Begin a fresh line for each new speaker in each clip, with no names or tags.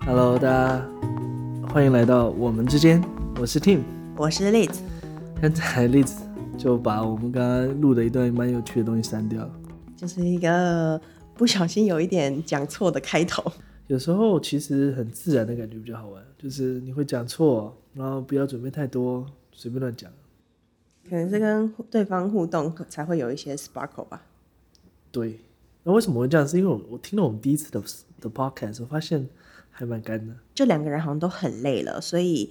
Hello，大家欢迎来到我们之间，我是 Tim。
我是 Liz，
刚才栗子就把我们刚刚录的一段蛮有趣的东西删掉了。
就是一个不小心有一点讲错的开头。
有时候其实很自然的感觉比较好玩，就是你会讲错，然后不要准备太多，随便乱讲。
可能是跟对方互动才会有一些 sparkle 吧。
对，那为什么会这样？是因为我我听了我们第一次的的 podcast，我发现还蛮干的。
就两个人好像都很累了，所以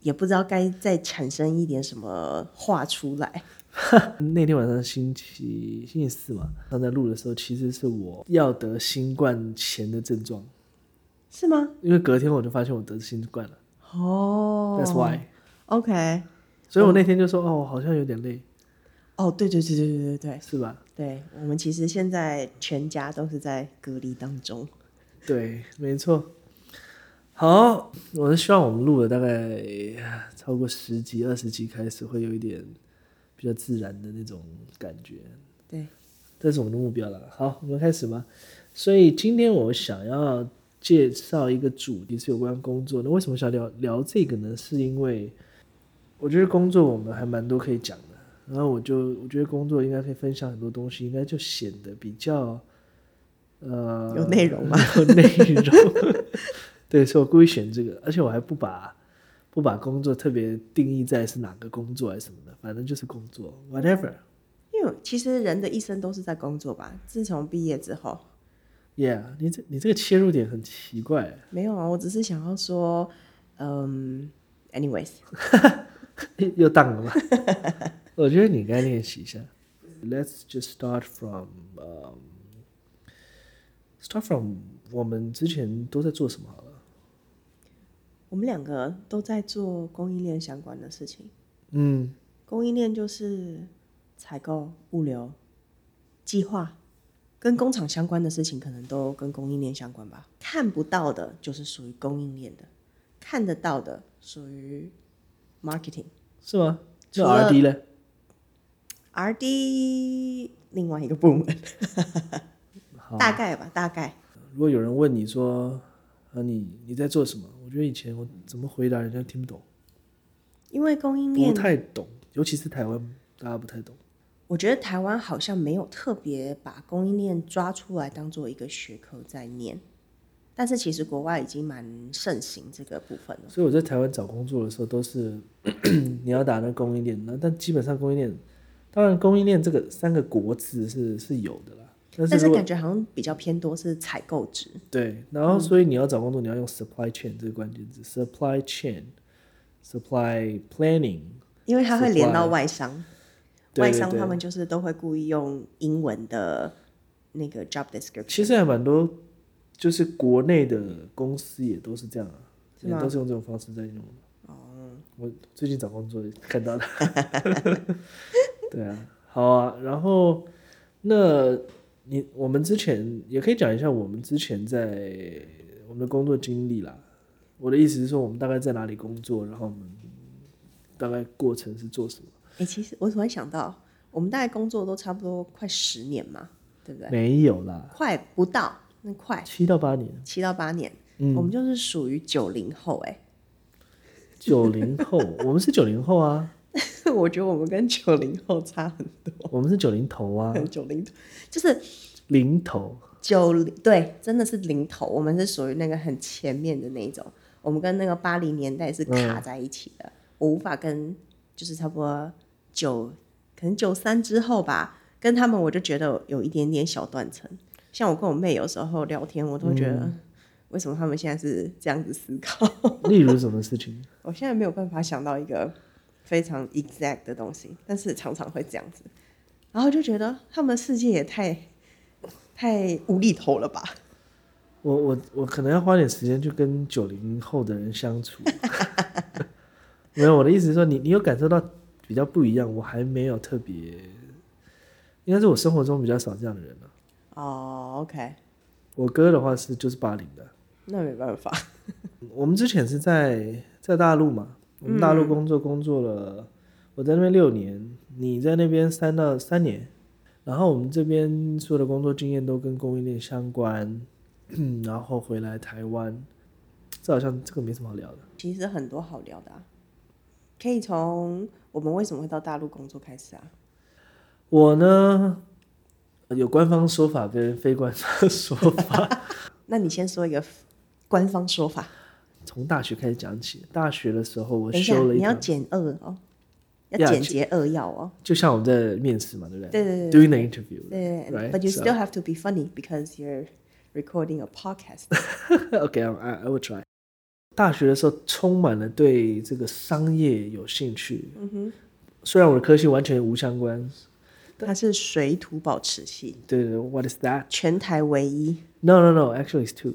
也不知道该再产生一点什么话出来。
那天晚上星期星期四嘛，刚才录的时候，其实是我要得新冠前的症状，
是吗？
因为隔天我就发现我得新冠了。
哦
That's why。
OK。
所以我那天就说，哦，我好像有点累，
哦，对对对对对对对
是吧？
对，我们其实现在全家都是在隔离当中。
对，没错。好，我是希望我们录了大概啊超过十集、二十集开始，会有一点比较自然的那种感觉，
对，
这是我们的目标了。好，我们开始吧。所以今天我想要介绍一个主题是有关工作。那为什么想聊聊这个呢？是因为我觉得工作我们还蛮多可以讲的。然后我就我觉得工作应该可以分享很多东西，应该就显得比较呃
有内容
吗？有内容。 对，所以我故意选这个，而且我还不把不把工作特别定义在是哪个工作还是什么的，反正就是工作，whatever。
因为其实人的一生都是在工作吧。自从毕业之后，
Yeah，你这你这个切入点很奇怪，
没有啊，我只是想要说，嗯，anyways，
又当了吗？ 我觉得你应该练习一下。Let's just start from，呃、s t a r t from 我们之前都在做什么好了。
我们两个都在做供应链相关的事情。
嗯，
供应链就是采购、物流、计划，跟工厂相关的事情，可能都跟供应链相关吧。看不到的就是属于供应链的，看得到的属于 marketing。
是吗？
除
那
了
R D 呢？
R D 另外一个部门，
好，
大概吧，大概。
如果有人问你说，啊你你在做什么？我觉得以前我怎么回答人家听不懂，
因为供应
不
链，
太懂，尤其是台湾，大家不太懂。
我觉得台湾好像没有特别把供应链抓出来当做一个学科在念，但是其实国外已经蛮盛行这个部分了。
所以我在台湾找工作的时候，都是 你要打那供应链，那但基本上供应链，当然供应链这个三个国字是是有的啦，但是
但是
如果
感觉好像比较偏多是嗯采购值，
对，然后所以你要找工作，你要用 supply chain 这个关键字，supply chain，supply planning，
因为它会连到外商，
对
外
对
商
对
他，们就是都会故意用英文的那个 job description，
其实还蛮多，就是国内的公司也都是这样啊，
是
也
吗
都是用这种方式在用。哦，我最近找工作看到的。 对啊，好啊，然后那你我们之前也可以讲一下我们之前在我们的工作经历啦。我的意思是说，我们大概在哪里工作，然后我们大概过程是做什么？
哎、其实我突然想到，我们大概工作都差不多快十年嘛，对不对？
没有啦，
快不到，那快
七到八年，
七到八年，
嗯
我们就是属于九零后、
九零后，我们是九零后啊，
哎，我觉得我们跟九零后差很
我们是九零头啊，
多，九零就是
零 头。
九零对，真的是零头，我们是属于那个很前面的那一种，我们跟那个八零年代是卡在一起的，我无法跟就是差不多九，可能九三之后吧，跟他们我就觉得有一点点小断层。像我跟我妹有时候聊天，我都会觉得、为什么他们现在是这样子思考，
例如什么事情？
我现在没有办法想到一个非常 exact 的东西，但是常常会这样子，然后就觉得他们的世界也太太无厘头了吧。
我我我可能要花点时间去跟九零后的人相处。没有，我的意思是说，你你有感受到比较不一样，我还没有特别，应该是我生活中比较少这样的人了、
哦，OK，
我哥的话是就是八零的，
那没办法。
我们之前是在在大陆嘛，我们大
嗯
陆工作工作了，我在那边六年，你在那边三到三年，然后我们这边所有 的工作经验都跟供应链相关，然后回来台湾，这好像这个没什么好聊的。
其实很多好聊的啊，可以从我们为什么会到大陆工作开始啊。
我呢，有官方说法跟非官方说法。
那你先说一个官方说法。
从大学开始讲起，大学的时候我
等一下，
修了一
你要
堂，
简扼哦，
呀
要简洁扼要哦。
就像我们在面试嘛，对不对？
对对对
Doing the interview，
对
Right,
but you
so-
still have to be funny because you're recording a podcast。
OK，I、I will try。大学的时候充满了对这个商业有兴趣，
嗯哼，
虽然我的科系完全无相关。
它是水土保持系，
对对对，What is that？
全台唯一。
No, no, no. Actually, it's two,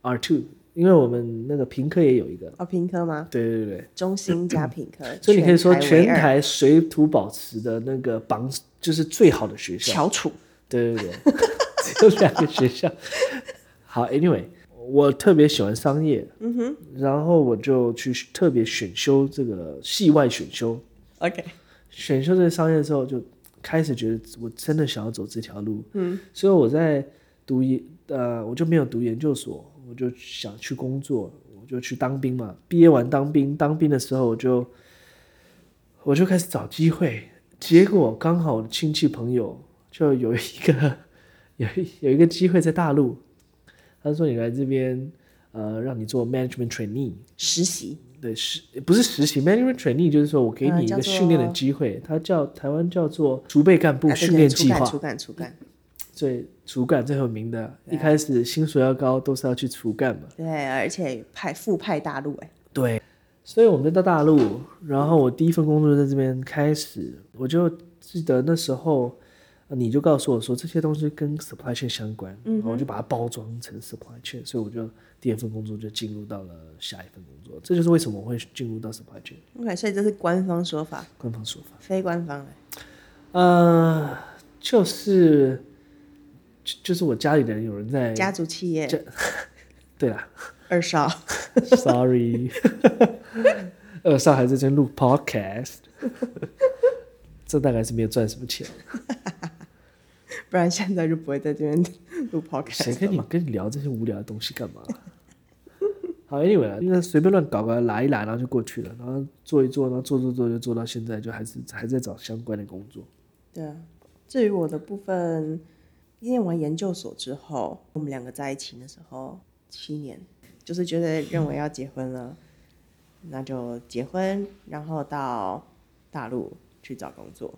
R two. 因为我们那个评科也有一个。
哦，平科吗？
对对对，
中心加品科
嗯，所以你可以说
呃全
全
唯二
台水土保持的那个榜就是最好的学校。
翘楚。
对对对， 只有两个学校。好，Anyway，我特别喜欢商业，嗯哼，然后我就去特别选修这个系外选修，
OK，
选修这个商业之后，就开始觉得我真的想要走这条路。嗯，所以我在读研，呃，我就没有读研究所，我就想去工作，我就去当兵嘛。毕业完当兵，当兵的时候我就我就开始找机会，结果刚好我的亲戚朋友就有一个 有一有一个机会在大陆，他说你来这边，呃，让你做 management trainee。
嗯实习
对实不是实习，management trainee 就是说我给
呃
你一
叫
个
做
训练的机会，它叫台湾叫做储备干部
啊对
训
对
练
主
计
干
划，
主干主干，
最主干最有名的，一开始薪水要高都是要去储干嘛，
对，而且派复派大陆哎，
对，所以我们就到大陆，然后我第一份工作就在这边开始，我就记得那时候呃你就告诉我说这些东西跟 supply chain 相关，然
嗯
后我就把它包装成 supply chain，所以我就第二份工作就进入到了下一份工作，这就是为什么我会进入到 supply chain
，OK，所以这是官方说法，
官方说法。
非官方的。
呃，就是就就是我家里的人有人在，
家族企业
对啦
二少，
，sorry，二少还在这边录 podcast，这大概是没有赚什么钱，
不然现在就不会在这边录 podcast。
谁跟你跟你聊这些无聊的东西干嘛？ 好，anyway，啦因为随便乱搞个拉一拉，然后就过去了，然后做一做，然后做做做就做到现在，就还是还在找相关的工作。
对啊，至于我的部分，念完研究所之后，我们两个在一起那时候七年，就是觉得认为要结婚了，那就结婚，然后到大陆去找工作，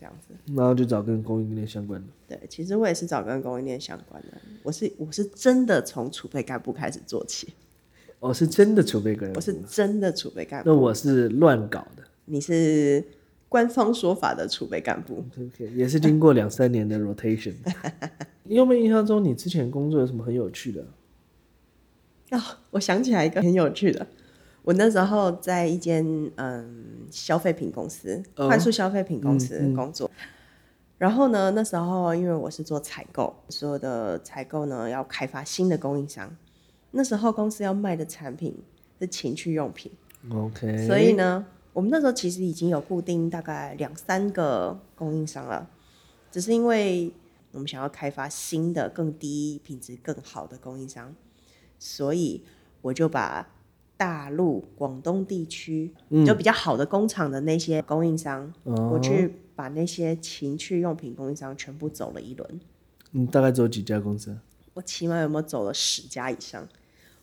这样子。
然后就找跟供应链相关的，
对，其实我也是找跟供应链相关的，我是我是真的从储备干部开始做起，
哦，是真的储备个人
我
物，
是真的储备干部，
那我是乱搞的。
你是官方说法的储备干部，
OK，也是经过两三年的 rotation。你有没有印象中你之前工作有什么很有趣的？
哦，我想起来一个很有趣的，我那时候在一间嗯消费品公司，
哦
快速消费品公司工作。然后呢，那时候因为我是做采购，所有的采购呢要开发新的供应商。那时候公司要卖的产品是情趣用品，
OK，
所以呢，我们那时候其实已经有固定大概两三个供应商了，只是因为我们想要开发新的、更低品质、更好的供应商，所以我就把大陆、广东地区就比较好的工厂的那些供应商，
哦嗯
我去把那些情趣用品供应商全部走了一轮。
你大概只有几家公司啊？
我起码有没有走了十家以上？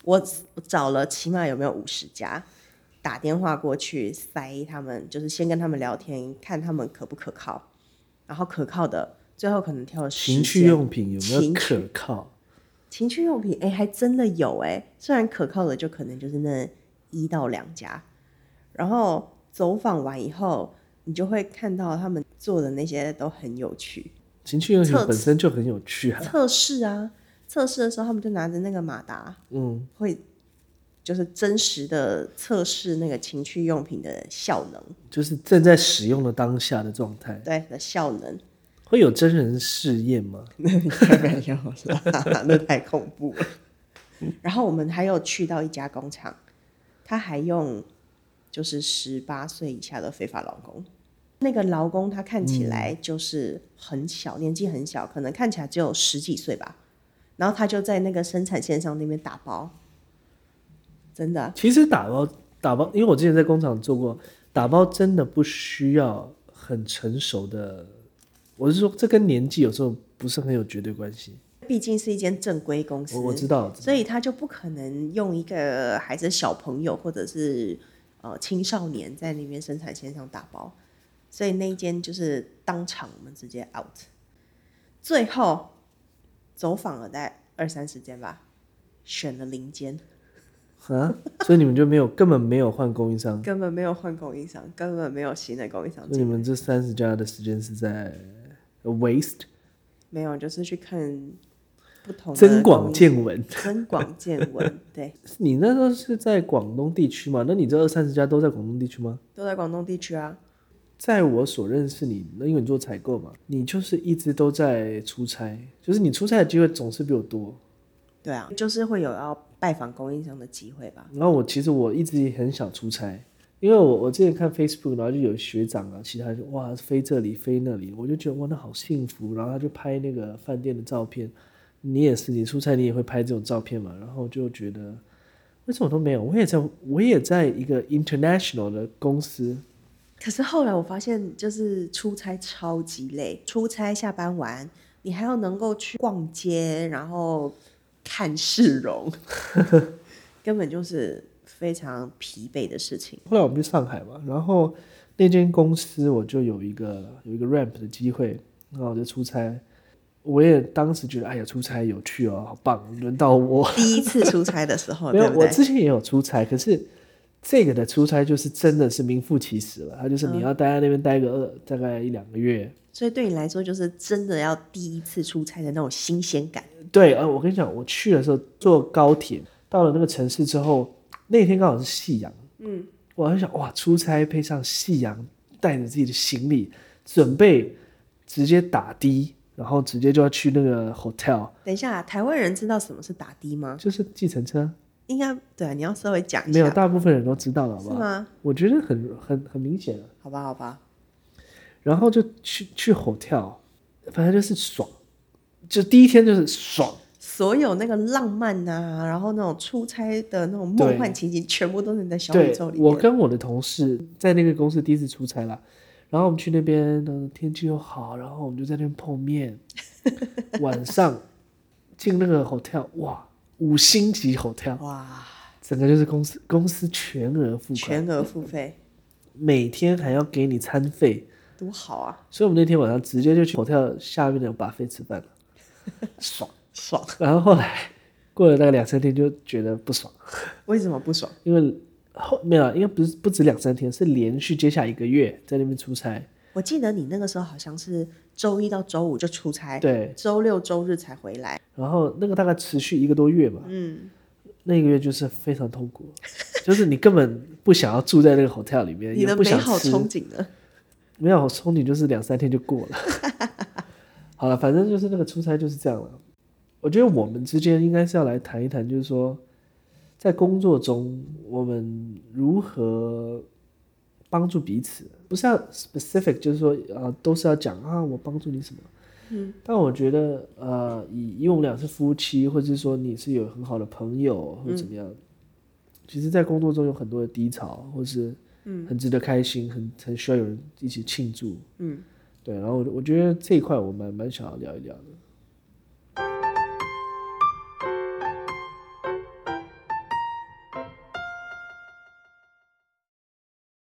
我我找了起码有没有五十家，打电话过去塞他们，就是先跟他们聊天，看他们可不可靠，然后可靠的，最后可能挑了十
情趣
间
用品有没有
情
可靠？
情趣用品，哎、还真的有哎、虽然可靠的就可能就是那一到两家，然后走访完以后，你就会看到他们做的那些都很有趣，
情趣用品
测
本身就很有趣啊。
测试啊，测试的时候他们就拿着那个马达，
嗯，
会就是真实的测试那个情趣用品的效能，
就是正在使用的当下的状态，
对的效能。
会有真人试验吗？
没有啦， 那太恐怖了。然后我们还有去到一家工厂，他还用就是十八岁以下的非法劳工。那个劳工他看
嗯
起来就是很小，年纪很小，可能看起来只有十几岁吧。然后他就在那个生产线上那边打包，真的啊
其实打包打包，因为我之前在工厂做过，打包真的不需要很成熟的。我是说，这跟年纪有时候不是很有绝对关系。
毕竟是一间正规公司
我，我知道，
所以他就不可能用一个还是小朋友或者是呃青少年在那边生产线上打包，所以那一间就是当场我们直接 out。最后走访了大概二三十间吧，选了零间，
啊，所以你们就没有根本没有换供应商，
根本没有换供应商，根本没有新的供应商
所以你们这三十家的时间是在 waste
没有，就是去看不同的
增广
东西
见闻。
增广 见闻，对，
你那时候是在广东地区嘛？那你这二三十家都在广东地区吗？
都在广东地区啊。
在我所认识你，那因为你做采购嘛，你就是一直都在出差，就是你出差的机会总是比我多。
对啊，就是会有要拜访供应商的机会吧。
然后我其实我一直也很想出差，因为我我之前看 Facebook，然后就有学长啊，其他人就哇飞这里飞那里，我就觉得哇那好幸福。然后他就拍那个饭店的照片，你也是，你出差你也会拍这种照片嘛？然后就觉得为什么我都没有？我也在我也在一个 international 的公司，
可是后来我发现，就是出差超级累，出差下班晚，你还要能够去逛街，然后看市容， 根本就是非常疲惫的事情。
后来我们去上海嘛，然后那间公司我就有一个有一个 ramp 的机会，然后我就出差。我也当时觉得，哎呀，出差有趣哦，好棒，轮到我。
第一次出差的时 候，
没
对
有，
不
我
对？
之前也有出差，可是这个的出差就是真的是名副其实了，他就是
嗯
你要待在那边待个二大概一两个月。
所以对你来说，就是真的要第一次出差的那种新鲜感。
对，呃，我跟你讲，我去的时候坐高铁到了那个城市之后，那天刚好是夕阳，嗯，我很想哇，出差配上夕阳，带着自己的行李，准备直接打的，然后直接就要去那个 hotel，
等一下，台湾人知道什么是打的吗？
就是计程车，
应该对、啊，你要稍微讲一
没有，
下，
大部分人都知道了，好
是
不好？
吗？
我觉得很很很明显啊。
好吧，好吧，
然后就去去 hotel，反正就是爽，就第一天就是爽，
所有那个浪漫呐、然后那种出差的那种梦幻情景，全部都是你的小宇
对
宙，里
我
面。
跟我的同事在那个公司第一次出差啦，然后我们去那边，嗯，天气又好，然后我们就在那边碰 面。晚上进那个 hotel，哇，五星级 hotel，
哇，
整个就是公司公司全额啊付款，
全额付费，
每天还要给你餐费，
多好啊，
所以我们那天晚上直接就去 hotel 下面的 buffet 吃饭了， 爽。
爽！
然后后来过了大概两三天，就觉得不爽。
为什么不爽？
因为后没有啊，应该不是不止两三天，是连续接下一个月在那边出差。
我记得你那个时候好像是周一到周五就出差，
对，
周六周日才回来。
然后那个大概持续一个多月吧，
嗯，
那个月就是非常痛苦，就是你根本不想要住在那个 hotel 里面，
你
也
的
不
美
想
好
吃，
憧憬呢？
没有憧憬就是两三天就过了。好了，反正就是那个出差就是这样了。我觉得我们之间应该是要来谈一谈，就是说，在工作中我们如何帮助彼此，不是要 specific，就是说呃，都是要讲啊，我帮助你什么。嗯，但我觉得呃，以以我们俩是夫妻，或者是说你是有很好的朋友或者怎么样，其实，在工作中有很多的低潮，或是很值得开心，很很需要有人一起庆祝。嗯，对，然后我我觉得这一块我蛮蛮想要聊一聊的。